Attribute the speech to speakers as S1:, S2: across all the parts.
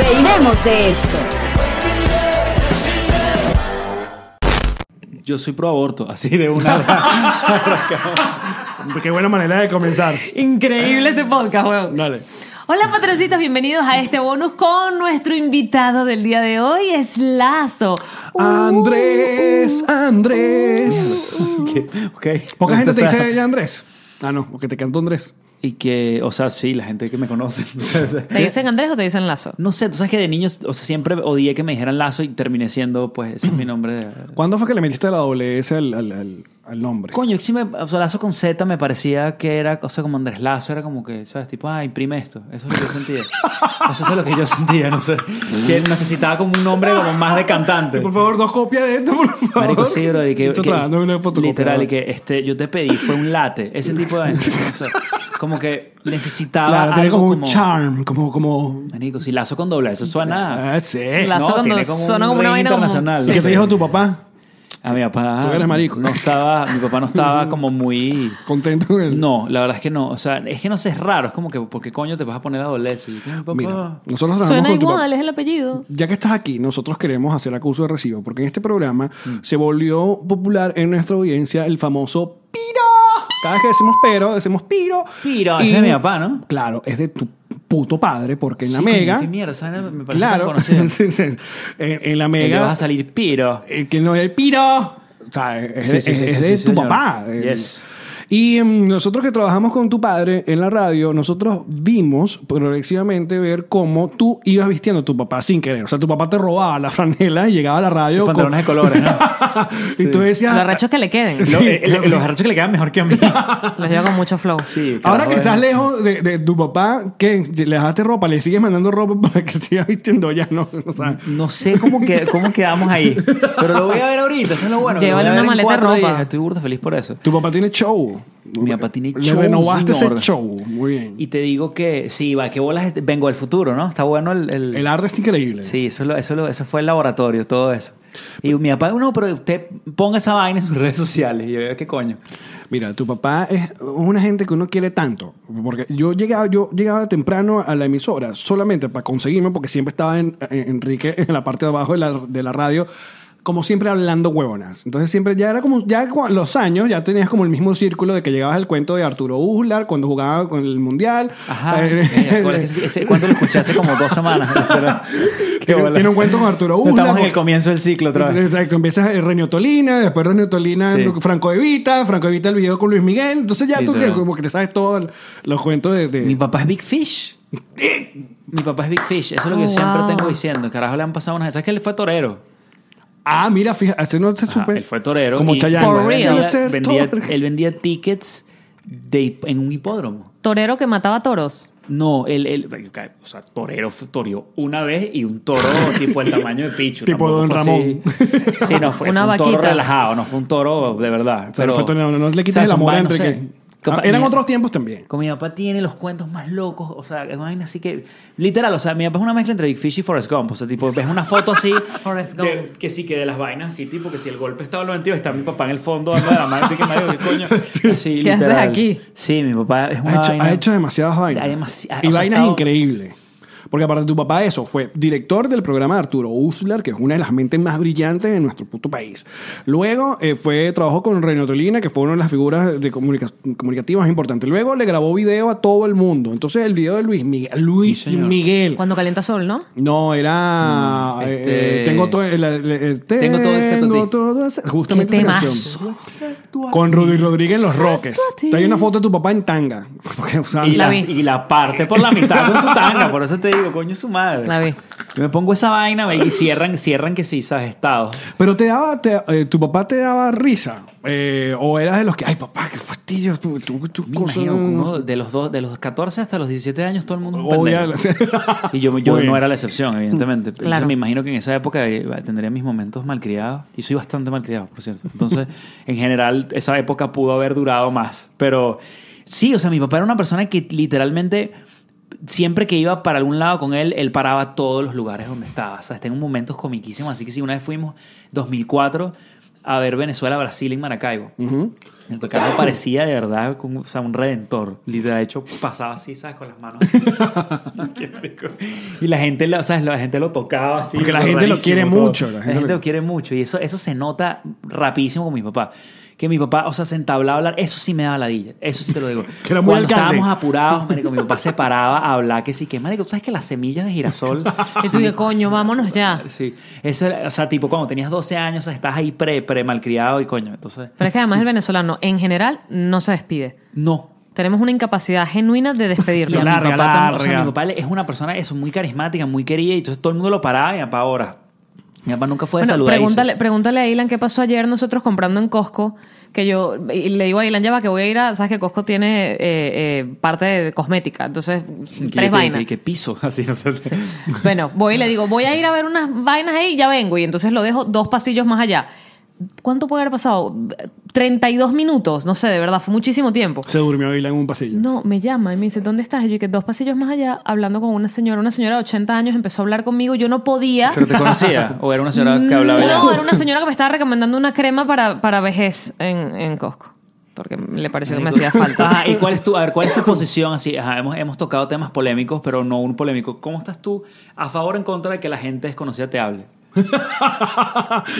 S1: reiremos de esto.
S2: Yo soy pro aborto, así de una.
S3: Qué buena manera de comenzar.
S4: Increíble este podcast, weón.
S3: Dale.
S4: Hola patroncitos, bienvenidos a este bonus con nuestro invitado del día de hoy, es Lazo. Uh,
S3: Andrés, Andrés.
S2: okay.
S3: Poca gente te
S2: Entonces,
S3: dice ya Andrés. Ah, no, o que te canto Andrés.
S2: Y que, o sea, sí, la gente que me conoce.
S4: ¿Te dicen Andrés o te dicen Lazo?
S2: no sé, tú sabes que de niños, o sea, siempre odié que me dijeran lazo y terminé siendo, pues, ese es mi nombre. de-
S3: ¿Cuándo fue que le metiste la doble S al, al, al- al nombre?
S2: Coño, sí me, o sea, lazo con Z me parecía que era, o sea, como Andrés Lazo, era como que, ¿sabes? Tipo, ah, imprime esto. Eso es lo que yo sentía. Eso es lo que yo sentía, no sé. Que necesitaba como un nombre como más de cantante.
S3: Por favor, dos copias de esto, por favor.
S2: Marico, sí, bro. Y que,
S3: Estoy
S2: que-
S3: trabajando en una fotocopia.
S2: literal, y que este, yo te pedí, fue un late. Ese tipo de... o sea, como que necesitaba
S3: Claro, tiene
S2: Ah, algo
S3: como un
S2: como...
S3: charm, como... como...
S2: Marico, si lazo con doble, eso suena...
S3: Ah, sí.
S4: Lazo
S2: no,
S4: con
S2: tiene
S4: dos-
S2: como un
S4: suena como una
S2: ring
S4: vaina como-
S2: internacional.
S3: ¿Y
S4: Sí,
S3: qué
S4: sí.
S3: te dijo tu papá?
S2: A mi papá...
S3: Tú eres marico.
S2: No estaba... Mi papá no estaba como muy...
S3: ¿Contento con él?
S2: No, la verdad es que no. O sea, es que no sé, es raro. Es como que, ¿por qué coño te vas a poner adolescente? Yo, ¿qué, papá?
S3: Mira, nosotros trabajamos
S4: Suena
S3: con tu papá.
S4: igual, es el apellido.
S3: Ya que estás aquí, nosotros queremos hacer acuso de recibo, porque en este programa
S2: Mm.
S3: se volvió popular en nuestra audiencia el famoso piro. Cada vez que decimos pero, decimos piro.
S2: Piro,
S3: Y-
S2: ese es de mi papá, ¿no?
S3: Claro, es de tu puto padre, porque en la
S2: Sí, coño,
S3: mega.
S2: ¿Qué mierda? ¿sabes? Me parece tan
S3: claro,
S2: conocido.
S3: sí, sí. en, en la
S2: Que vas
S3: mega.
S2: a salir piro.
S3: El que no es el piro. O sea, es
S2: Sí,
S3: de,
S2: sí,
S3: es-
S2: sí,
S3: es
S2: sí,
S3: de
S2: sí,
S3: tu
S2: señor.
S3: papá. El-
S2: Yes.
S3: Y em, nosotros que trabajamos con tu padre en la radio, nosotros vimos progresivamente ver cómo tú ibas vistiendo a tu papá sin querer. O sea, tu papá te robaba la franela y llegaba a la radio. con-
S2: Pantalones de colores, ¿no?
S3: y tú decías.
S4: Los rachos que le queden.
S3: Sí,
S2: Lo- el- el-
S3: claro.
S2: los arrochos que le quedan mejor que a mí.
S4: Los lleva con mucho flow.
S2: Sí, carajo,
S3: Ahora que
S2: eh.
S3: estás lejos de, de tu papá, ¿qué? ¿Le dejaste ropa? ¿Le sigues mandando ropa para que siga vistiendo ya? No, o sea,
S2: No sé cómo, que, cómo quedamos ahí. Pero lo voy a ver ahorita. Eso es lo bueno. que lo
S4: Llévale
S2: voy a
S4: una
S2: ver en
S4: maleta de
S2: cuatro
S4: ropa.
S2: días. Estoy burda feliz por eso.
S3: tu papá tiene show.
S2: Mi papá tiene
S3: Le
S2: show,
S3: renovaste
S2: señor.
S3: ese show. Muy bien.
S2: Y te digo que, sí, va, que bolas. este- Vengo del futuro, ¿no? Está bueno el. el-
S3: El arte es increíble.
S2: Sí, eso, lo- eso, lo- eso fue el laboratorio, todo eso. Y mi papá, no, pero usted ponga esa vaina en sus redes sociales. Y yo, ¿qué coño?
S3: Mira, tu papá es una gente que uno quiere tanto. Porque yo llegaba, yo llegaba temprano a la emisora solamente para conseguirme, porque siempre estaba en, en- Enrique en la parte de abajo de la, de la radio, como siempre hablando huevonas. Entonces siempre ya era como, ya cua- los años, ya tenías como el mismo círculo de que llegabas al cuento de Arturo Uslar cuando jugaba con el Mundial.
S2: Ajá.
S3: Eh,
S2: Mira, ¿cuál es ese- ¿Cuánto lo escuché hace como dos semanas? Pero- qué
S3: tiene,
S2: bola.
S3: tiene un cuento con Arturo Uslar.
S2: Estamos en
S3: con-
S2: el comienzo del ciclo otra vez.
S3: Exacto, empiezas eh, Renio Tolina, después Renio Tolina,
S2: Sí.
S3: Franco Evita, Franco Evita el video con Luis Miguel, entonces ya tú
S2: Literal.
S3: que- como que te sabes todos los cuentos de... de-
S2: Mi papá es Big Fish.
S3: Eh.
S2: Mi papá es Big Fish. Eso es lo que yo
S4: Oh,
S2: siempre
S4: wow.
S2: tengo diciendo. Carajo, le han pasado unas... ¿Sabes que él fue torero?
S3: Ah, mira, fíjate, ese no se
S2: Ajá,
S3: supe.
S2: él fue torero.
S3: Como
S2: y-
S3: Chayanne.
S4: For real.
S3: Quiero
S2: Vendía-
S3: ser
S2: vendía-
S3: torero.
S2: él vendía tickets de hip- en un hipódromo.
S4: Torero que mataba toros.
S2: No, él, él- o sea, torero fue- toreó una vez y un toro tipo el tamaño de Pichu.
S3: Tipo
S2: tampoco
S3: Don
S2: fue así. Sí, no, fue,
S4: Una
S2: fue un toro
S4: vaquita.
S2: relajado, no fue un toro de verdad.
S3: O sea,
S2: pero,
S3: fue torero, no, no le
S2: o sea,
S3: quitas el
S2: son
S3: amor a
S2: vainas,
S3: Enrique.
S2: no sé, capaz-
S3: Ah, eran
S2: mira,
S3: otros tiempos también.
S2: Como mi papá tiene los cuentos más locos, o sea, es una vaina así que. Literal, o sea, mi papá es una mezcla entre Big Fish y Forrest Gump. O sea, tipo, ves una foto así.
S4: Forrest
S2: de-
S4: Gump.
S2: que sí, que de las vainas así, tipo, que si el golpe estaba lo mentido, está mi papá en el fondo dando de la mano. Que Mario, ¿qué coño? Así,
S4: ¿Qué haces
S2: literal.
S4: aquí?
S2: Sí, mi papá es una
S3: Ha hecho,
S2: vaina.
S3: ha hecho demasiadas vainas.
S2: Hay demasi-
S3: y
S2: o sea,
S3: vainas
S2: estaba-
S3: increíbles. Porque aparte tu papá eso, fue director del programa de Arturo Uslar, que es una de las mentes más brillantes de nuestro puto país. Luego eh, fue, trabajó con Renotolina, que fue una de las figuras de comunica- comunicativas importantes. Luego le grabó video a todo el mundo. Entonces el video de Luis Miguel. Luis
S2: Sí, señor.
S3: Miguel.
S4: Cuando calienta sol, ¿no?
S3: No, era.
S2: Mm, este-
S3: eh, tengo, todo el- el- el-
S2: Tengo todo excepto a
S3: tengo
S2: ti.
S3: todo ex- Justamente
S4: ¡Qué
S3: esa
S4: temazo!
S3: canción. Con Rudy Rodríguez en Los Roques.
S4: ti.
S3: Hay una foto de tu papá en tanga. Porque, o sea,
S2: Y la,
S4: vi.
S2: y la parte por la mitad con su tanga, por eso te digo, coño su madre.
S4: La vi.
S2: Yo me pongo esa vaina ve, y cierran, cierran que sí, sabes, estados.
S3: Pero te daba, te- eh, tu papá te daba risa. Eh, o eras de los que, ay papá, qué fastidio. Tú, tú, tú
S2: Me
S3: cosas-
S2: imagino que uno de los, dos, de los 14 hasta los 17 años todo el mundo es un
S3: Odia
S2: pendejo.
S3: la-
S2: Y yo, yo
S3: Muy bien.
S2: no era la excepción, evidentemente. Entonces,
S4: Claro.
S2: me imagino que en esa época eh, tendría mis momentos malcriados. Y soy bastante malcriado, por cierto. Entonces, en general, esa época pudo haber durado más. Pero sí, o sea, mi papá era una persona que literalmente... Siempre que iba para algún lado con él, él paraba todos los lugares donde estaba. O sea, tengo momentos comiquísimos. Así que sí, una vez fuimos, 2004, a ver Venezuela-Brasil en Maracaibo. El Ricardo parecía de verdad como, o sea, un redentor. Y De hecho, pasaba así, ¿sabes? Con las manos. así. Qué rico. y la gente, lo- ¿sabes? La gente lo tocaba así.
S3: Porque la gente lo
S2: rarísimo
S3: quiere
S2: todo.
S3: mucho,
S2: La gente lo quiere mucho. Y eso, eso se nota rapidísimo con mi papá. Que mi papá, o sea, se entablaba a hablar. Eso sí me daba ladilla. Eso sí te lo digo.
S3: Que era muy
S2: Cuando
S3: alcalde.
S2: estábamos apurados, marico, mi papá se paraba a hablar que sí, que marico, ¿sabes que las semillas de girasol
S4: Y tú, que coño, vámonos ya.
S2: Sí, eso, era- o sea, tipo cuando tenías 12 años, o sea, estás ahí pre, pre malcriado y coño, entonces,
S4: Pero es que además el venezolano, en general, no se despide.
S2: no.
S4: Tenemos una incapacidad genuina de
S2: Y a
S4: despedirnos.
S2: mi
S3: Larga,
S2: papá tam- o sea,
S3: larga.
S2: mi papá le- es una persona eso, muy carismática, muy querida, y entonces todo el mundo lo paraba y mi papá ahora. Mi papá nunca fue de
S4: Bueno,
S2: saludar. y
S4: pregúntale,
S2: dice,
S4: pregúntale a Ilan qué pasó ayer nosotros comprando en Costco. Que yo y le digo a Ilan, ya va, que voy a ir a. Sabes que Costco tiene eh, eh, parte de cosmética, entonces
S2: "¿Qué-
S4: tres
S2: qué-
S4: vainas.
S2: qué- qué piso, así, no sé.
S4: Bueno, voy y le digo, voy a ir a ver unas vainas ahí y ya vengo. Y entonces lo dejo dos pasillos más allá. ¿Cuánto puede haber pasado? 32 minutos, no sé, de verdad, fue muchísimo tiempo.
S3: Se durmió Ilan en un pasillo.
S4: No, me llama y me dice, ¿dónde estás? Y yo que dos pasillos más allá, hablando con una señora. Una señora de 80 años empezó a hablar conmigo. Yo no podía.
S2: Pero te conocía, o era una señora que hablaba. ya?
S4: No, era una señora que me estaba recomendando una crema para, para vejez en, en Costco. Porque le pareció que me hacía falta.
S2: Ajá, ¿y cuál es tu, a ver, cuál es tu posición así? Ajá, hemos, hemos tocado temas polémicos, pero no un polémico. ¿Cómo estás tú a favor o en contra de que la gente desconocida te hable?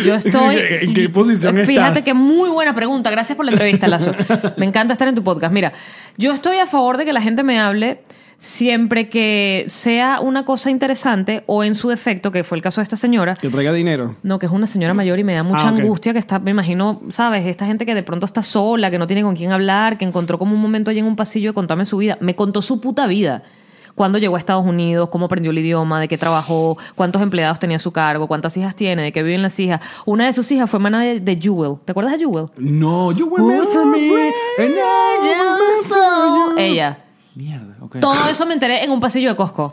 S4: Yo estoy.
S3: ¿En qué posición
S4: Fíjate
S3: estás?
S4: que muy buena pregunta. Gracias por la entrevista, Lazo. Me encanta estar en tu podcast. Mira, yo estoy a favor de que la gente me hable siempre que sea una cosa interesante o en su defecto, que fue el caso de esta señora,
S3: Que traiga dinero.
S4: No, que es una señora mayor y me da mucha
S3: Ah, ok.
S4: angustia que está, me imagino, ¿sabes? Esta gente que de pronto está sola, que no tiene con quién hablar, que encontró como un momento allí en un pasillo de contarme su vida. Me contó su puta vida. Cuándo llegó a Estados Unidos, cómo aprendió el idioma, de qué trabajó, cuántos empleados tenía a su cargo, cuántas hijas tiene, de qué viven las hijas. Una de sus hijas fue hermana de, de Jewel. ¿Te acuerdas de Jewel?
S3: No, you were meant for me. And I was meant for you.
S4: Ella.
S2: Mierda, ok.
S4: Todo eso me enteré en un pasillo de Costco.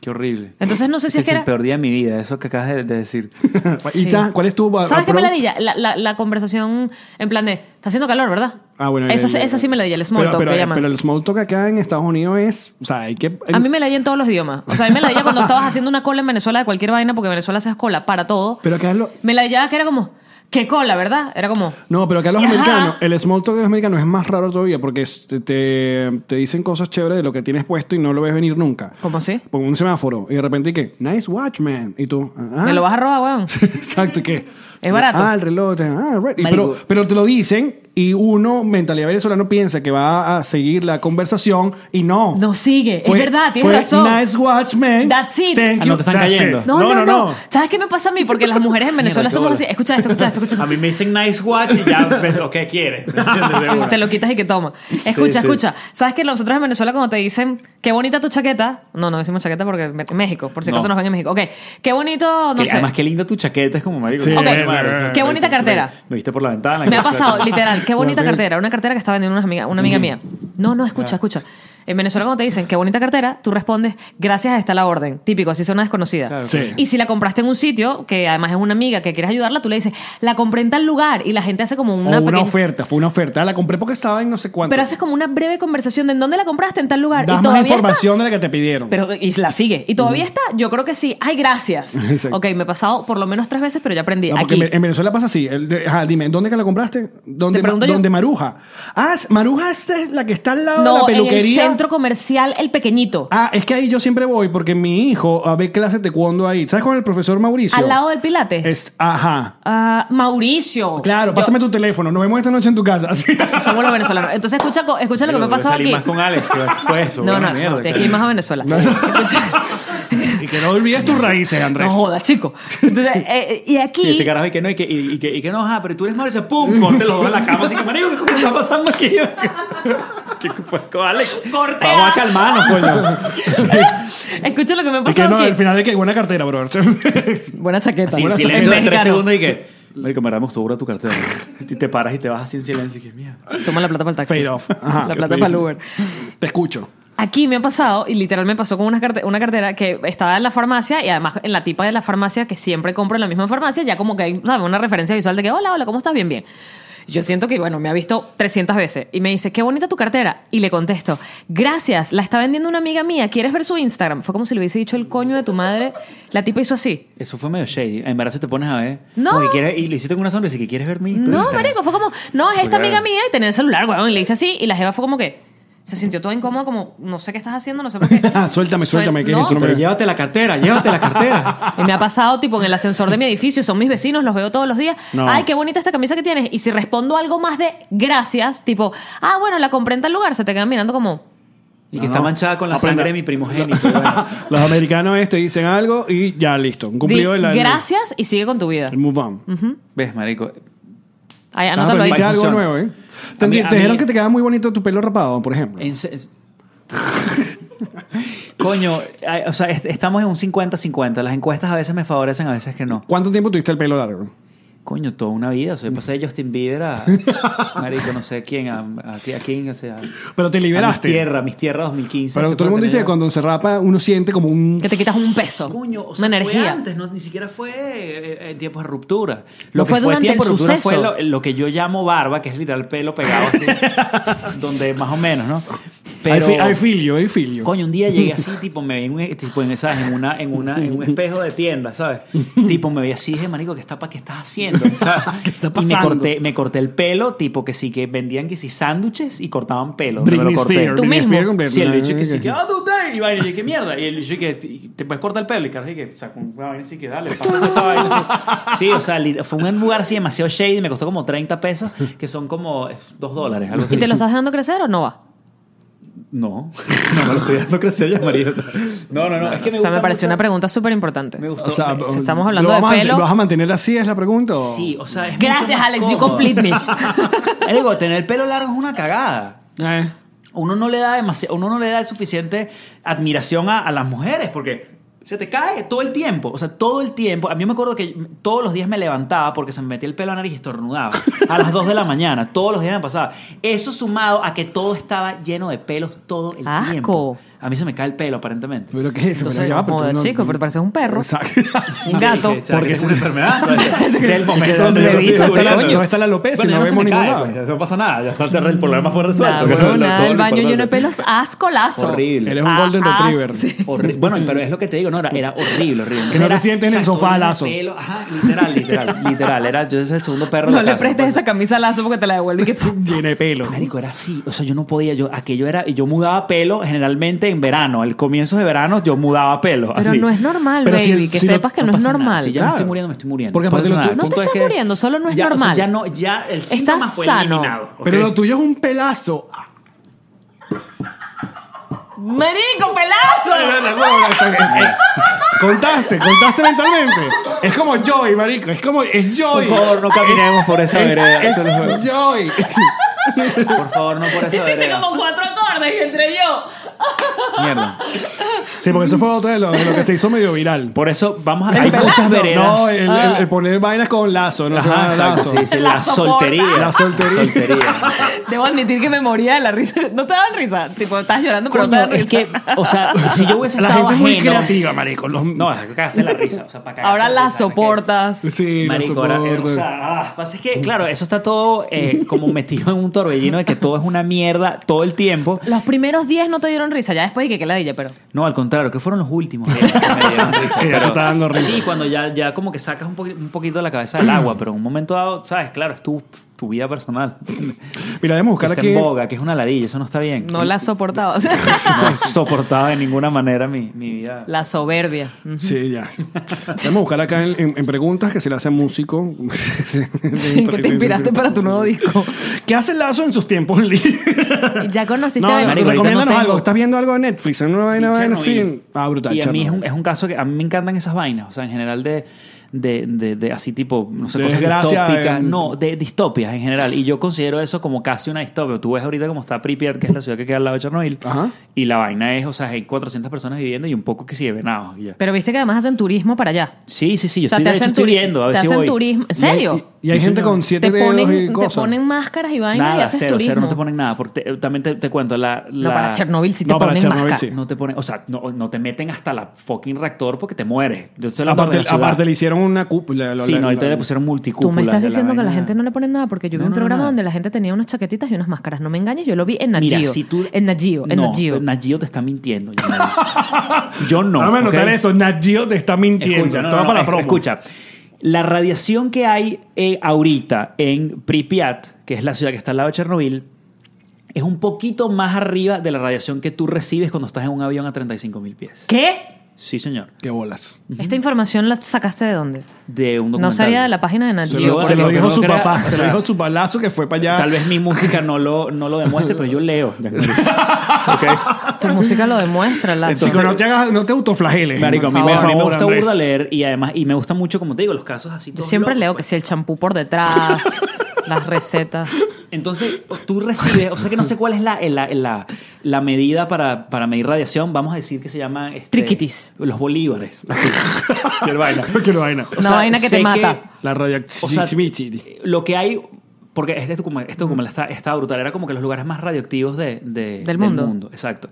S2: Qué horrible.
S4: Entonces no sé si es que
S2: el
S4: era-
S2: peor día de mi vida, eso que acabas de, de decir.
S4: Sí.
S3: Ita, ¿Cuál es tu ba-
S4: ¿Sabes qué me
S3: approach?
S4: la dilla? La, la- la conversación en plan de, está haciendo calor, ¿verdad?
S3: Ah, bueno.
S4: esa,
S3: ya, ya,
S4: esa
S3: ya.
S4: sí me la dilla, el small
S3: pero,
S4: talk
S3: pero, eh,
S4: que llaman.
S3: Pero el small talk acá en Estados Unidos es... O sea, hay que...
S4: A mí me la di en todos los idiomas. O sea, a mí me la di cuando estabas haciendo una cola en Venezuela de cualquier vaina, porque en Venezuela haces cola para todo.
S3: Pero acá lo...
S4: Me la di que era como, ¿qué cola, verdad? Era como,
S3: No, pero acá los
S4: Ajá.
S3: americanos, el small talk de los americanos es más raro todavía porque es- te, te, te dicen cosas chéveres de lo que tienes puesto y no lo ves venir nunca.
S4: ¿cómo así?
S3: Pongo un semáforo y de repente que, nice watch, man. Y tú, ah,
S4: ¿Me lo vas a robar, weón?
S3: Exacto, ¿y ¿qué?
S4: Es barato.
S3: Ah, el reloj. te- Ah, right. Y
S2: Marico.
S3: pero, pero te lo dicen y uno, mentalidad venezolana, piensa que va a seguir la conversación y no.
S4: No sigue,
S3: Fue-
S4: es verdad, tienes
S3: fue
S4: razón.
S3: Nice watch, man.
S4: That's it.
S3: Thank
S2: Ah,
S3: you.
S2: no te están
S3: That's
S2: cayendo.
S3: it.
S4: No, no, no, ¿Sabes qué me pasa a mí? Porque las mujeres en Venezuela
S2: Mierda, qué
S4: somos
S2: bola.
S4: así. Escucha esto, escucha esto, escucha
S2: A
S4: esto.
S2: mí me dicen nice watch y ya, pero, ¿qué quieres? ¿Me entiendes? De
S4: Te-
S2: una.
S4: Te lo quitas y que toma. Escucha,
S2: sí.
S4: escucha. ¿Sabes que nosotros en Venezuela cuando te dicen qué bonita tu chaqueta? No, no decimos chaqueta porque en México, por si acaso
S2: No.
S4: nos ven en México. Ok, qué bonito, no
S2: Que-
S4: sé.
S2: Además, qué linda tu chaqueta, es como marico.
S3: Sí,
S2: qué
S4: Ok.
S2: madre, madre,
S4: Qué
S2: madre,
S4: bonita
S2: madre.
S4: cartera.
S2: Me viste por la ventana.
S4: Me ha pasado, literal. Qué bonita
S3: Guardé.
S4: cartera. Una cartera que está vendiendo una amiga, una amiga mía. No, no,
S2: Ah.
S4: escucha, escucha. En Venezuela, cuando te dicen qué bonita cartera, tú respondes, gracias, está la orden. Típico, así sea una desconocida.
S2: Claro.
S3: Sí.
S4: Y si la compraste en un sitio, que además es una amiga que quieres ayudarla, tú le dices, la compré en tal lugar. Y la gente hace como
S3: O
S4: una,
S3: una,
S4: pequeña-
S3: oferta, fue una oferta. Ah, La compré porque estaba en no sé cuánto.
S4: Pero haces como una breve conversación de en dónde la compraste, en tal lugar.
S3: Das
S4: y
S3: más
S4: todavía está.
S3: información de la que te pidieron.
S4: Pero y la sigue. ¿Y todavía está? Yo creo que sí. Ay, gracias.
S3: Exacto.
S4: Ok, me he pasado por lo menos tres veces, pero ya aprendí.
S3: No, porque
S4: Aquí.
S3: en Venezuela pasa así. El de- ajá, dime, ¿dónde que la compraste? ¿Dónde,
S4: Te pregunto yo.
S3: ¿dónde Maruja? Ah, es- Maruja esta es la que está al lado de la
S4: No, en
S3: peluquería.
S4: el centro comercial, el pequeñito.
S3: Ah, es que ahí yo siempre voy porque mi hijo a ver clases de cuando ahí. ¿Sabes con el profesor Mauricio?
S4: Al lado del Pilates.
S3: Es, ajá.
S4: Ah, Mauricio.
S3: Claro,
S4: Yo-
S3: pásame tu teléfono. Nos vemos esta noche en tu casa. Así.
S4: Así somos los venezolanos. Entonces, escucha, co- escucha lo que me ha pasado
S2: Salí
S4: aquí.
S2: más con Alex, pero fue eso.
S4: No,
S2: bueno,
S4: no, no,
S2: mierda,
S4: te
S2: claro.
S4: aquí más a Venezuela. Escucha-
S3: y que no olvides tus raíces,
S4: no
S3: Andrés.
S4: jodas, chico. Entonces, eh, eh, y aquí.
S2: Sí, este carajo y que no, y que, y, y que, y que no, ah, pero tú eres Mauricio, pum, corte los dos en la cama, así que, marico, ¿qué está pasando aquí? Chico, fue con Alex.
S4: Corte
S2: Vamos
S4: a-
S2: a
S3: Ah,
S2: calmarnos, coño.
S4: escucha lo que me ha
S3: y que
S4: pasado
S3: no, al
S4: aquí.
S3: final de que buena cartera, bro.
S4: Buena chaqueta.
S2: Así, en
S4: buena
S2: silencio
S4: chaqueta.
S2: de tres
S4: Mexicano.
S2: segundos y que, marico, me damos tu tu cartera. Y te paras y te vas así en silencio y que, mierda.
S4: Toma la plata para el taxi.
S3: Fade off. Ajá.
S4: la plata para el Uber.
S3: Te escucho.
S4: Aquí me ha pasado, y literal me pasó con una, carte- una cartera que estaba en la farmacia y además en la tipa de la farmacia que siempre compro en la misma farmacia, ya como que hay ¿sabes? una referencia visual de que, hola, hola, ¿cómo estás? Bien, bien. Yo siento que, bueno, me ha visto 300 veces y me dice, qué bonita tu cartera. Y le contesto, gracias, la está vendiendo una amiga mía, ¿quieres ver su Instagram? Fue como si le hubiese dicho el coño de tu madre. La tipa hizo así.
S2: Eso fue medio shady. En verdad, si te pones a ver.
S4: No.
S2: como que quieres- y lo hiciste con una sonrisa y que quieres ver mi. tu
S4: No,
S2: Instagram.
S4: marico, fue como, no, es esta
S3: Claro.
S4: amiga mía y tenía el celular, weón. Y le hice así y la jeva fue como que se sintió toda incómoda, como, no sé qué estás haciendo, no sé por qué.
S3: Suéltame,
S4: Suel-
S3: suéltame, que
S4: no,
S3: esto no
S2: Pero
S3: me-
S2: llévate la cartera, llévate la cartera.
S4: Y me ha pasado, tipo, en el ascensor de mi edificio, son mis vecinos, los veo todos los días.
S3: No.
S4: Ay, qué bonita esta camisa que tienes. Y si respondo algo más de gracias, tipo, ah, bueno, la compré en tal lugar, se te quedan mirando como,
S2: Y
S3: No,
S2: que está
S3: no.
S2: manchada con la
S3: Aprenda.
S2: sangre de mi primogénito. bueno.
S3: Los americanos este dicen algo y ya listo. Un cumplido
S4: di
S3: de la.
S4: gracias y sigue con tu vida.
S3: El move on.
S2: ¿Ves, marico?
S4: Ay,
S3: Ah,
S4: anótalo ahí.
S3: aprendiste algo
S2: Funciona.
S3: nuevo, ¿eh? Te,
S2: A mí-
S3: te
S2: a
S3: dijeron
S2: mí-
S3: que te quedaba muy bonito tu pelo rapado, por ejemplo.
S2: En se- Coño, ay, o sea, est- estamos en un 50-50. Las encuestas a veces me favorecen, a veces que no.
S3: ¿Cuánto tiempo tuviste el pelo largo?
S2: Coño, toda una vida. O sea, yo pasé de Justin Bieber a. Marico, no sé quién, a, a, a quién, o sea.
S3: Pero te liberaste.
S2: A mis tierras, mis tierras 2015.
S3: Pero
S2: que
S3: todo el
S2: puedo
S3: mundo dice
S2: tener
S3: que
S2: yo.
S3: cuando se rapa uno siente como un...
S4: Que te quitas un peso.
S2: Coño, o sea,
S4: una
S2: fue
S4: energía.
S2: antes, no, ni siquiera fue eh, en tiempos de ruptura.
S4: No fue durante el
S2: de ruptura fue
S4: suceso.
S2: lo, lo que yo llamo barba, que es literal pelo pegado así, donde más o menos, ¿no? Pero,
S3: Hay, filio, hay filio.
S2: coño, un día llegué así, tipo, me vi en, un- e, tipo, en, ¿sabes? en, una, en, una, en un espejo de tienda, ¿sabes? Tipo, me vi así y dije, marico, ¿qué, está, pa- qué estás haciendo? ¿Sabes?
S3: ¿Qué está
S2: Y me
S3: pasando?
S2: corté, me corté el pelo, tipo, que sí, que vendían que sí sándwiches y cortaban pelo. donde me
S3: Britney
S2: lo corté.
S3: Spears.
S4: Tú
S3: Britney
S4: mismo.
S3: Spears completo.
S2: Si el bicho que sí,
S3: Ok.
S2: que, ah, tú te, y vaina, y yo, qué mierda. Y el bicho que, y te puedes cortar el pelo, y carajo, y que sacó una vaina así que dale, pásate esta vaina así. Sí, o sea, li- fue un lugar así demasiado shady, me costó como 30 pesos, que son como 2 dólares, algo así.
S4: ¿Y te lo estás dejando crecer o no va?
S2: No, no me lo estoy dejando crecer ya, María. o sea, no, no, no, es que me
S4: o sea, me
S2: gusta mucho-
S4: pareció una pregunta súper importante.
S2: Me gustó.
S3: O sea,
S2: me-
S4: Si estamos hablando
S3: ¿lo
S4: de
S3: vas a mant-
S4: pelo-
S3: ¿Lo vas a mantener así es la pregunta? o-
S2: sí, o sea, es mucho
S4: Gracias,
S2: más
S4: Alex, you
S2: cómodo.
S4: complete me.
S2: Digo, tener el pelo largo es una cagada.
S3: Eh.
S2: uno no le da demasi- uno no le da el suficiente admiración a, a las mujeres porque se te cae todo el tiempo, o sea, todo el tiempo. A mí me acuerdo que todos los días me levantaba porque se me metía el pelo a la nariz y estornudaba a las 2 de la mañana, todos los días me pasaba. Eso sumado a que todo estaba lleno de pelos todo el
S4: Asco.
S2: tiempo. A mí se me cae el pelo aparentemente.
S3: ¿Pero qué es eso?
S2: Entonces,
S3: Pero ya va, pero tú
S4: Joder,
S3: no-
S4: chico, pero pareces un perro.
S3: Exacto.
S2: Ah,
S4: Un gato.
S2: Sí, sí, Porque es una enfermedad. ¿sabes? Del momento
S3: donde
S2: donde
S3: lo
S2: revisa
S3: descubrieron,
S2: hasta la-
S3: no está la alopecia,
S2: Bueno,
S3: no
S2: ya se
S3: vemos
S2: me
S3: ningún
S2: cae,
S3: lado.
S2: pues, No pasa nada. Ya está el problema fue resuelto.
S4: Nah,
S2: que es lo- lo-
S4: huevona,
S2: todo
S4: el
S2: lo
S4: baño lleno de
S2: importante.
S4: pelos, asco, lazo.
S2: Horrible.
S3: Eres un golden
S4: Ah,
S3: retriever.
S4: as- sí.
S2: Horri- Bueno, pero es lo que te digo, no, era, era horrible, horrible.
S3: Que no te
S2: era-
S3: sientes en el
S2: todo
S3: sofá,
S2: lleno de
S3: lazo.
S2: pelo. Ajá, literal, literal, literal. Era, yo soy el segundo perro de
S4: No
S2: la
S4: le
S2: casa,
S4: prestes
S2: no
S4: esa camisa lazo porque te la devuelve. y que-
S3: Llena de pelo.
S2: pasa- Marico, era así. O sea, yo no podía, yo, aquello era, y yo mudaba pelo generalmente en verano. Al comienzo de verano yo mudaba pelo.
S4: Pero
S2: así.
S4: no es normal,
S3: Pero si
S4: baby.
S3: no-
S4: que
S3: si no-
S4: sepas que no, es
S2: pasa nada.
S4: normal.
S2: Si ya me
S3: claro.
S2: estoy muriendo, me estoy muriendo.
S3: Porque aparte
S2: Por eso
S3: lo
S2: nada,
S3: tuyo- No
S2: el
S4: te
S2: punto es
S4: estás
S2: que
S4: muriendo, solo no es
S2: ya, o sea,
S4: normal.
S2: ya no, ya el síntoma fue
S4: sano.
S2: eliminado. ¿ok?
S3: Pero lo tuyo es un pelazo. Ah,
S4: ¡Marico, pelazo!
S3: la- la huevona está bien. Eh, Contaste, contaste mentalmente. Es como Joy, marico. Es como. Es Joy.
S2: Por favor, no caminemos por esa
S3: Es,
S2: vereda.
S3: es
S2: Eso no es-
S3: Joy.
S2: Por favor, no por esa
S4: Hiciste
S2: vereda.
S4: como cuatro acordes y entre yo.
S2: Mierda.
S3: Sí, porque eso fue otra de lo, de lo que se hizo medio viral.
S2: Por eso vamos a.
S4: El
S2: Hay
S4: pelazo,
S2: muchas veredas.
S3: No, el, el-
S4: Ah.
S3: el poner vainas con lazo, no se
S2: Ajá,
S3: llama
S2: exacto,
S3: lazo.
S2: sí, sí, la,
S4: La
S2: soltería.
S4: soporta.
S3: La soltería.
S4: Debo admitir que me moría de la risa. No te daban risa. Tipo, estás llorando, pero no te
S2: Coño,
S4: daban
S2: es
S4: risa.
S2: que, o sea, si yo hubiese
S3: La
S2: estado
S3: gente es muy
S2: ajeno-
S3: creativa, marico. Los-
S2: No, es que cagarse la risa. O sea, para cagarse
S4: Ahora la
S2: risa, es que-
S4: soportas.
S3: Sí, la
S2: Marico, ahora, eh, o
S3: soporto.
S2: sea, ah, pasa es que, claro, eso está todo eh, como metido en un torbellino de que todo es una mierda todo el tiempo.
S4: Los primeros 10 no te dieron risa. Ya después dije que ladilla, pero.
S2: No, al contrario, que fueron los últimos días que me dieron risa,
S3: Que ya te
S2: pero-
S3: está dando risa.
S2: Sí, cuando ya, ya como que sacas un, poqui- un poquito de la cabeza del agua, pero en un momento dado, ¿sabes? Claro, es tu, tu vida personal.
S3: Mira, debemos buscar
S2: que
S3: aquí.
S2: está en boga, que es una ladilla, eso no está bien.
S4: No la soportaba.
S2: no soportaba de ninguna manera mi, mi vida.
S4: la soberbia. Mm.
S3: Sí, ya. Vamos a buscar acá en, en- en preguntas que se le hace a músico.
S4: Sí, que te inspiraste para tu nuevo disco.
S3: ¿Qué hace Lazo en sus tiempos libres?
S4: Ya conociste
S3: No,
S4: a
S3: no,
S4: Ben-
S2: Marico, ahorita
S3: recomiéndanos
S2: no tengo-
S3: algo. ¿Estás viendo algo de Netflix? ¿En una vaina, vaina
S2: Chernobyl.
S3: así? Ah, brutal.
S2: Y a mí es un,
S3: Chernobyl.
S2: es un caso que a mí me encantan esas vainas, o sea, en general de, de, de- de así tipo, no sé,
S3: De
S2: cosas
S3: desgracia,
S2: distópicas,
S3: em.
S2: no, de distopias en general. Y yo considero eso como casi una distopia. Tú ves ahorita como está Pripyat, que es la ciudad que queda al lado de Chernobyl,
S3: Ajá.
S2: y la vaina es, o sea, hay 400 personas viviendo y un poco que sí de venados. y ya.
S4: Pero viste que además hacen turismo para allá.
S2: Sí, sí, sí, yo
S4: O sea,
S2: estoy,
S4: te
S2: de hecho,
S4: hacen
S2: estoy
S4: turismo.
S2: viendo, a ver
S4: Te
S2: si
S4: hacen
S2: voy.
S4: turismo. ¿En serio?
S3: Y hay
S2: Sí,
S3: gente
S2: señor.
S3: con siete
S4: te,
S3: dedos
S4: ponen,
S3: y
S4: te
S3: cosas.
S4: ponen máscaras y vainas y
S2: nada,
S4: haces
S2: cero,
S4: turismo.
S2: cero, no te ponen nada. Porque te- también te, te cuento, la,
S4: No,
S2: la-
S4: para Chernobyl sí te
S3: No, para
S4: ponen
S3: Chernobyl
S4: máscara.
S3: sí.
S2: No te ponen, o sea, no, no te meten hasta la fucking reactor porque te mueres. Yo estoy hablando
S3: Aparte,
S2: de la ciudad.
S3: aparte le hicieron una cúpula. la-
S2: Sí,
S3: la-
S2: no, ahorita
S3: la-
S2: le pusieron multicúpula.
S4: Tú me estás diciendo que a la gente no le ponen nada porque yo vi
S2: No,
S4: un
S2: no, no,
S4: programa
S2: nada.
S4: donde la gente tenía unas chaquetitas y unas máscaras. No me engañes, yo lo vi en Nat
S2: Mira,
S4: Geo.
S2: si tú...
S4: En Nat Geo, en
S2: no,
S4: Nat Geo.
S2: Nat Geo te está mintiendo. Yo no. Yo no,
S3: Vamos a anotar
S2: ¿ok?
S3: Ah, eso. Nat Geo te está mintiendo.
S2: Escucha, no,
S3: Te va
S2: no,
S3: para
S2: no,
S3: la promo.
S2: escucha. La radiación que hay eh, ahorita en Pripyat, que es la ciudad que está al lado de Chernobyl, es un poquito más arriba de la radiación que tú recibes cuando estás en un avión a 35 mil pies.
S4: ¿Qué?
S2: Sí, señor.
S3: Qué bolas.
S4: ¿Esta información la sacaste de dónde?
S2: De un documental.
S4: No sería de la página de Nat
S3: Se
S4: Geo.
S3: lo,
S2: Yo-
S3: se lo
S2: yo
S3: dijo
S2: creo
S3: su
S2: que era-
S3: papá.
S2: o
S3: Se lo
S2: sea,
S3: dijo su palazo que fue para allá.
S2: Tal vez mi música no lo, no lo demuestre, pero yo leo. Ok.
S4: Tu música lo demuestra. La
S3: Chico,
S2: entonces-
S3: no te, hagas, no te autoflageles.
S2: Marico, a mí
S4: Por
S2: me, a mí me
S3: Eh, favor,
S2: gusta
S3: Andrés.
S2: burda leer y además, y me gusta mucho, como te digo, los casos así.
S4: yo
S2: todos
S4: siempre
S2: locos,
S4: leo
S2: pues.
S4: que si el champú por detrás, las recetas.
S2: Entonces, tú recibes, o sea que no sé cuál es la, eh, la, la- la medida para, para medir radiación, vamos a decir que se llama... este,
S4: Triquitis.
S2: Los bolívares. Así. Qué vaina.
S3: Qué vaina.
S4: Una vaina que te
S2: sé
S4: mata.
S3: La
S2: o sea,
S3: radioactividad.
S2: lo que hay... Porque este documental, este documental está, está brutal. Era como que los lugares más radioactivos de- de-
S4: Mm. Del mundo.
S2: Exacto.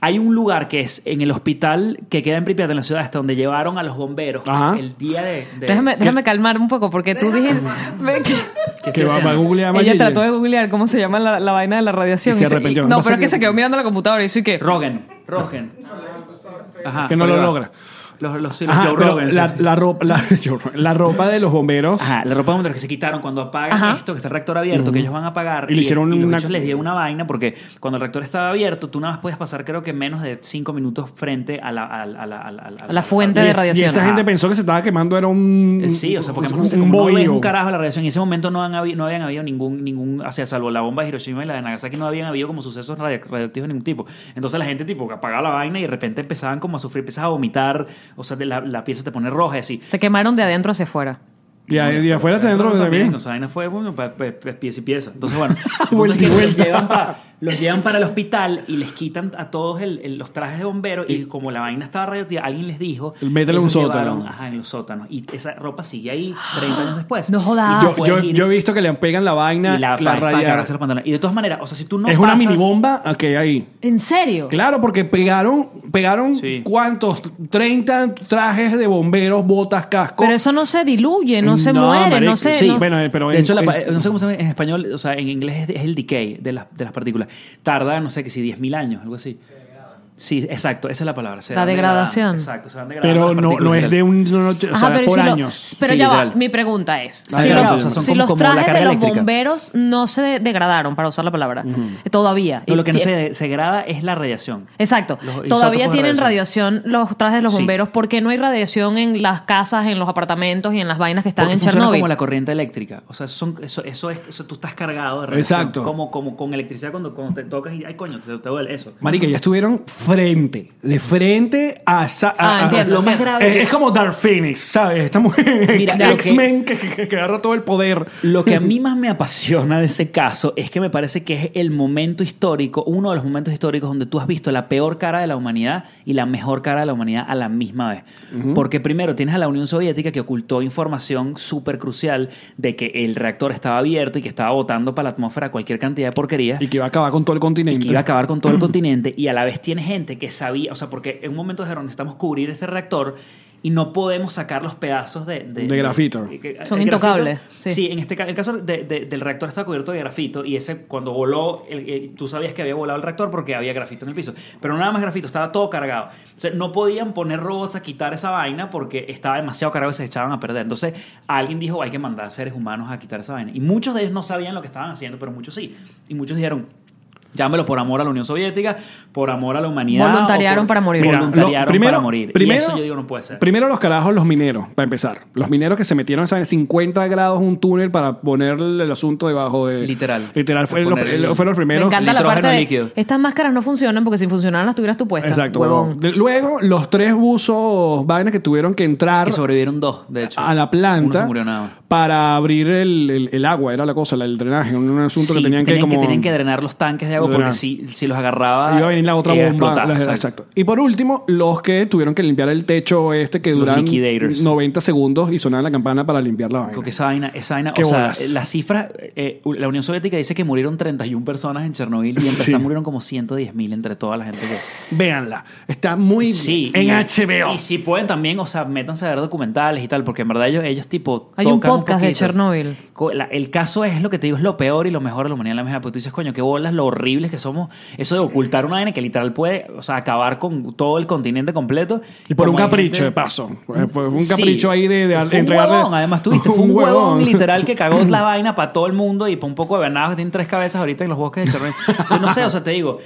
S2: Hay un lugar que es en el hospital que queda en Pripyat, en la ciudad hasta donde llevaron a los bomberos
S3: Ajá.
S2: el día de... de-
S4: Déjame, déjame calmar un poco porque tú dijiste... Ve que-
S2: ¿Qué estoy
S3: que va,
S2: haciendo?
S3: va a googlear más
S4: Ella
S3: Yeye.
S4: trató de googlear cómo se llama la, la vaina de la radiación.
S3: Y se arrepintió.
S4: No,
S3: No sé
S4: pero es que
S3: qué-
S4: se quedó mirando la computadora y eso y que...
S2: Rogen. Rogen. Ajá,
S3: Que no
S2: por ahí
S3: lo
S2: va.
S3: logra.
S2: Los, los, sí, los
S3: Ajá,
S2: Joe
S3: pero
S2: Rogan,
S3: la,
S2: sí.
S3: la ropa, la, Joe Rogan. La ropa de los bomberos.
S2: Ajá, la ropa de bomberos que se quitaron cuando apagan
S4: Ajá.
S2: esto, que está el reactor abierto, que ellos van a apagar.
S3: Y le hicieron
S2: los
S3: una-
S2: bichos les dio una vaina porque cuando el reactor estaba abierto, tú nada más puedes pasar creo que menos de cinco minutos frente a la... A la, a la, a la- a
S4: A la fuente
S3: Y
S4: de
S3: es- Y
S4: radiación.
S3: esa
S2: Ajá.
S3: gente pensó que se estaba quemando era un.
S2: Eh, Sí, o sea, porque además no sé, como no ves un carajo la radiación. En ese momento no, han habi- no habían habido ningún, ningún, o sea, salvo la bomba de Hiroshima y la de Nagasaki, no habían habido como sucesos radio- radioactivos de ningún tipo. Entonces la gente, tipo, apagaba la vaina y de repente empezaban como a sufrir, empezaba a vomitar, o sea, de la, la piel se te pone roja y así.
S4: Se quemaron de adentro hacia afuera.
S3: Y, ahí- y afuera te entró también.
S2: O sea, vaina fue bueno, pa- pa- pa- pieza y pieza. Entonces, bueno, el punto
S3: Vuelta
S2: es que
S3: y
S2: los
S3: vuelta.
S2: llevan, pa- los llevan para el hospital y les quitan a todos el- el- los trajes de bombero. Y, como la vaina estaba radioactiva, alguien les dijo.
S3: Métele
S2: y
S3: un
S2: los
S3: sótano.
S2: llevaron, Ajá, en los sótanos. Y esa ropa sigue ahí 30 años después.
S4: No
S2: pues, Y
S4: jodas.
S3: Yo,
S2: tú puedes
S3: yo,
S2: ir
S3: yo he visto que le pegan la vaina,
S2: y la,
S3: la,
S2: para- para
S3: radiación.
S2: agarrarse los pantalones. Y de todas maneras, o sea, si tú no.
S3: es una
S2: pasas-
S3: mini bomba que hay ahí.
S4: ¿En serio?
S3: Claro, porque pegaron, pegaron
S2: Sí.
S3: cuántos, 30 trajes de bomberos, botas, cascos.
S4: Pero eso no se diluye, no se muere,
S3: marico,
S4: no se...
S3: Sí,
S4: no-
S3: bueno, eh, pero
S2: De
S3: en-
S2: hecho, la
S3: en-
S2: pa- no sé cómo se llama en español, o sea, en inglés es, es el decay de las, de las partículas. Tarda, no sé, que si 10.000 años, algo así. Sí, exacto, esa es la palabra. se
S4: La
S2: van
S4: degradación.
S2: degradando, Exacto, se van degradando
S3: pero
S2: las
S3: no, no
S2: partículas y
S3: es
S2: tal.
S3: de un, no, no, o sea,
S4: Ajá, pero
S3: por
S4: si lo-
S3: años.
S4: pero
S2: Sí,
S4: ya va,
S2: literal.
S4: mi pregunta es,
S2: Ah,
S4: si,
S2: claro,
S4: los,
S2: o sea, son
S4: si
S2: como-
S4: los
S2: como la
S4: trajes de
S2: carga
S4: los
S2: eléctrica.
S4: bomberos no se degradaron, para usar la palabra, eh, todavía.
S2: No, lo que no
S4: Y-
S2: se, se degrada es la radiación.
S4: Exacto.
S2: Los isótopos
S4: Todavía
S2: de
S4: tienen
S2: radiación.
S4: radiación los trajes de los
S2: Sí.
S4: bomberos porque no hay radiación en las casas, en los apartamentos y en las vainas que están
S2: Porque
S4: en
S2: funciona
S4: Chernóbil.
S2: como la corriente eléctrica. O sea, son, eso, eso es, eso tú estás cargado de radiación.
S3: Exacto.
S2: Como, como con electricidad cuando, cuando te tocas y, ay, coño, te, te duele eso.
S3: Marica, ya estuvieron frente, de frente a... sa- a-
S4: Ah,
S3: a-
S4: entiendo.
S2: Lo más
S4: entiendo.
S2: grave
S3: Es, es como Dark Phoenix, ¿sabes? Esta mujer
S2: Mira, ya,
S3: X-Men que, que- que agarra todo el poder.
S2: Lo que a mí más me apasiona de ese caso es que me parece que es el momento histórico, uno de los momentos históricos donde tú has visto la peor cara de la humanidad y la mejor cara de la humanidad a la misma vez. Porque primero tienes a la Unión Soviética que ocultó información súper crucial de que el reactor estaba abierto y que estaba botando para la atmósfera cualquier cantidad de porquería.
S3: Y que va a acabar con todo el
S2: Y
S3: continente.
S2: que iba a acabar con todo el continente. Y a la vez tiene gente que sabía, o sea, porque en un momento dijeron, necesitamos cubrir este reactor y no podemos sacar los pedazos de...
S3: De grafito.
S2: que-
S4: Son
S2: el grafito-
S4: intocables, sí.
S2: Sí. en este ca- el caso de- de- del reactor estaba cubierto de grafito y ese cuando voló, el- el- tú sabías que había volado el reactor porque había grafito en el piso. Pero no nada más grafito, estaba todo cargado. O sea, no podían poner robots a quitar esa vaina porque estaba demasiado cargado y se echaban a perder. Entonces alguien dijo, hay que mandar seres humanos a quitar esa vaina. Y muchos de ellos no sabían lo que estaban haciendo, pero muchos sí. Y muchos dijeron... Llámelo por amor a la Unión Soviética, por amor a la humanidad. o
S4: Voluntariaron
S2: por-
S4: para morir.
S3: Mira,
S2: voluntariaron
S3: lo- primero-
S2: para morir.
S3: primero-
S2: y eso yo digo no puede ser.
S3: Primero los carajos, los mineros, para empezar. Los mineros que se metieron, ¿saben? 50 grados un túnel para poner el asunto debajo de...
S2: Literal.
S3: Literal, fue
S2: Para
S3: lo-
S2: poner el-
S3: lo- fueron los
S4: Me
S3: primeros.
S4: encanta la
S2: nitrógeno
S4: parte de,
S2: líquido.
S4: estas máscaras no funcionan porque si funcionaran las tuvieras tú puestas.
S3: Exacto,
S4: huevón.
S3: huevón. Luego, los tres buzos vainas que tuvieron que entrar
S2: Que sobrevivieron dos, de hecho.
S3: a la
S2: Uno
S3: planta
S2: se murió nada más.
S3: para abrir el, el- el agua, era la cosa, la- el drenaje, un, un asunto
S2: Sí,
S3: que tenían que,
S2: tenían
S3: como...
S2: tenían que drenar los tanques de agua algo, porque
S3: Claro.
S2: si, si los agarraba.
S3: Iba a venir la otra
S2: iba a
S3: bomba.
S2: explotar,
S3: las-
S2: exacto.
S3: exacto. Y por último, los que tuvieron que limpiar el techo este que
S2: Los
S3: duran
S2: liquidators.
S3: 90 segundos y sonaban la campana para limpiar la vaina.
S2: Creo que esa vaina, esa vaina,
S3: Qué
S2: o sea,
S3: bolas.
S2: las cifras, eh, la Unión Soviética dice que murieron 31 personas en Chernobyl y en
S3: Sí.
S2: total murieron como 110 mil entre toda la gente que...
S3: Véanla. Está muy
S2: Sí.
S3: en
S2: y-
S3: HBO.
S2: Y si pueden también, o sea, métanse a ver documentales y tal, porque en verdad ellos, ellos tipo
S4: Hay un
S2: tocan
S4: podcast de
S2: poquito.
S4: Chernobyl.
S2: Co- la- el caso es lo que te digo, es lo peor y lo mejor de la humanidad en la misma. Porque tú dices, coño, qué bolas, lo horribles que somos. Eso de ocultar una vaina que literal puede, o sea, acabar con todo el continente completo.
S3: Y por un
S2: Como hay
S3: capricho,
S2: gente- Mm,
S3: de paso. Fue fue un
S2: Sí.
S3: capricho ahí de, de
S2: Fue un
S3: entregarle.
S2: huevón, además tuviste, fue un, huevón,
S3: huevón.
S2: literal que cagó la vaina para todo el mundo y para un poco de venados que tienen tres cabezas ahorita en los bosques de Chernobyl. O sea, no sé, o sea, te digo.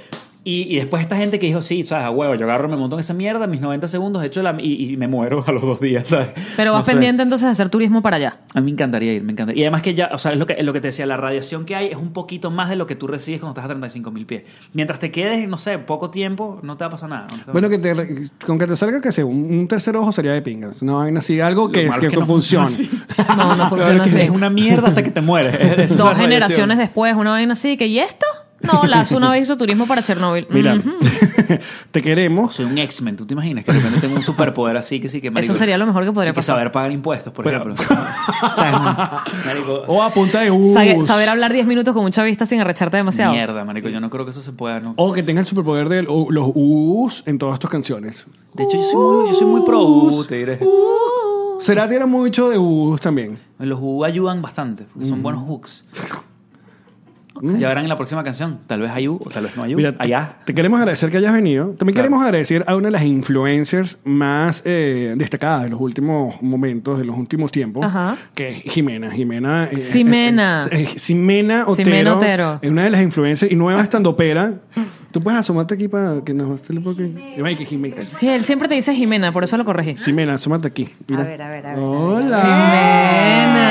S2: Y, y después esta gente que dijo, sí, sabes, a huevo, yo agarro, me monto en esa mierda, mis 90 segundos, hecho la, y, y me muero a los dos días, ¿sabes?
S4: Pero
S2: No
S4: vas
S2: sé.
S4: pendiente entonces de hacer turismo para allá.
S2: A mí me encantaría ir, me encantaría. Y además que ya, o sea, es lo que, es lo que te decía, la radiación que hay es un poquito más de lo que tú recibes cuando estás a 35 mil pies. Mientras te quedes, no sé, poco tiempo, no te va a pasar nada. No te-
S3: Bueno, que te re- con que te salga que sea un, un tercer ojo sería de pingas. No, vaina así, algo que,
S2: malo
S3: que,
S2: es que no
S3: funcione.
S2: funciona Ah,
S4: No, no funciona
S2: Que
S4: así.
S2: es una mierda hasta que te mueres. Es la
S4: Dos
S2: radiación.
S4: generaciones después, una vaina así, que ¿y esto? No, Lazo una vez hizo turismo para Chernobyl.
S3: Mira,
S4: Ujú.
S3: te queremos.
S2: Soy un X-Men, ¿tú te imaginas? Que de repente tengo un superpoder así que sí que marico,
S4: Eso sería lo mejor que podría
S2: hay que
S4: pasar.
S2: saber pagar impuestos, por ejemplo. ¿Sabes? Marico,
S3: O a punta de bus.
S4: Sabe- saber hablar 10 minutos con un chavista sin arrecharte demasiado.
S2: mierda, marico, yo no creo que eso se pueda, no.
S3: O que tenga el superpoder de los U's en todas tus canciones.
S2: De hecho, yo soy muy, yo soy muy pro U, te diré.
S3: Será que era mucho de U's también.
S2: Eh, Los U ayudan bastante, porque son buenos hooks. Ya verán en la próxima canción. Tal vez hay U o tal vez no hay U.
S3: Mira, te-
S2: Allá.
S3: Te queremos agradecer que hayas venido. También
S2: Claro.
S3: queremos agradecer a una de las influencers más eh, destacadas de los últimos momentos, de los últimos tiempos,
S4: Ajá.
S3: que es Jimena. Jimena. eh,
S4: Ximena.
S3: eh, eh, Ximena Otero.
S4: Ximena Otero.
S3: Es una de las influencers y nueva estandopera. Tú puedes asomarte aquí para que nos hacen porque. Ay, que Jimena.
S4: Sí, él siempre te dice Jimena, por eso lo corregí.
S3: Ximena, asómate aquí. Mira.
S1: A ver, a ver, a ver.
S3: Hola.
S4: Ximena.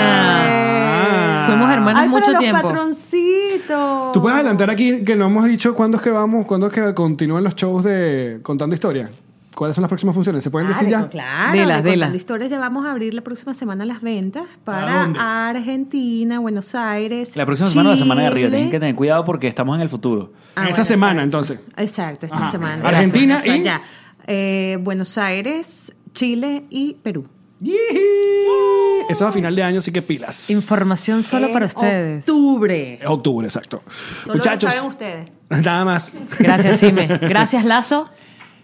S3: Ah.
S4: Fuimos hermanas
S1: Ay, pero
S4: mucho
S1: los
S4: tiempo.
S1: patroncitos.
S3: Tú puedes adelantar aquí que no hemos dicho cuándo es que vamos, cuándo es que continúan los shows de Contando Historias. ¿Cuáles son las próximas funciones? ¿Se pueden
S1: Claro,
S3: decir ya?
S1: Ah, Claro,
S4: Dila,
S1: de
S4: dila.
S1: Contando historias ya vamos a abrir la próxima semana las ventas
S3: ¿A
S1: para
S3: dónde?
S1: Argentina, Buenos Aires.
S2: La próxima semana o la semana de arriba.
S1: Chile.
S2: Tienen que tener cuidado porque estamos en el futuro.
S1: Ah,
S3: Esta
S1: bueno, exacto.
S3: semana, entonces.
S1: Exacto, esta
S3: Ajá.
S1: semana.
S3: Argentina
S1: Eso,
S3: y-
S1: allá. Eh, Buenos Aires, Chile y Perú.
S3: Eso es a final de año, así que pilas.
S4: Información solo
S1: En
S4: para ustedes.
S1: Octubre.
S3: es octubre, exacto.
S1: Solo lo
S3: Muchachos,
S1: saben ustedes.
S3: nada más.
S4: Gracias, Jime. Gracias, Lazo.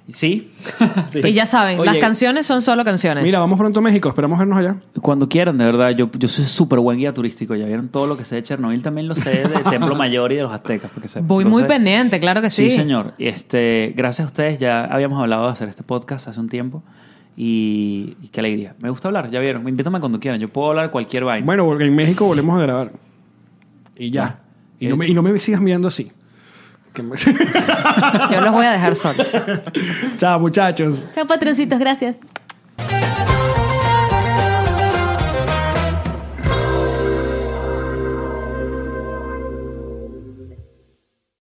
S2: ¿Sí? Sí.
S4: Y ya saben, las
S2: Oye,
S4: canciones son solo canciones.
S3: Mira, vamos pronto a México, esperamos vernos allá.
S2: Cuando quieran, de verdad. Yo, yo soy súper buen guía turístico. Ya vieron todo lo que sé de Chernobyl. También lo sé de Templo Mayor y de los aztecas. Porque sé.
S4: Voy muy pendiente, claro que sí.
S2: Sí, señor. Este, gracias a ustedes. Ya habíamos hablado de hacer este podcast hace un tiempo. Y, y qué alegría. Me gusta hablar, ya vieron. Invítame cuando quieran. Yo puedo hablar cualquier vaina.
S3: Bueno, porque en México volvemos a grabar. Y ya. Y no, me, y no me sigas mirando así. Que me-
S4: Yo los voy a dejar solos.
S3: Chao, muchachos.
S4: Chao, patroncitos. Gracias.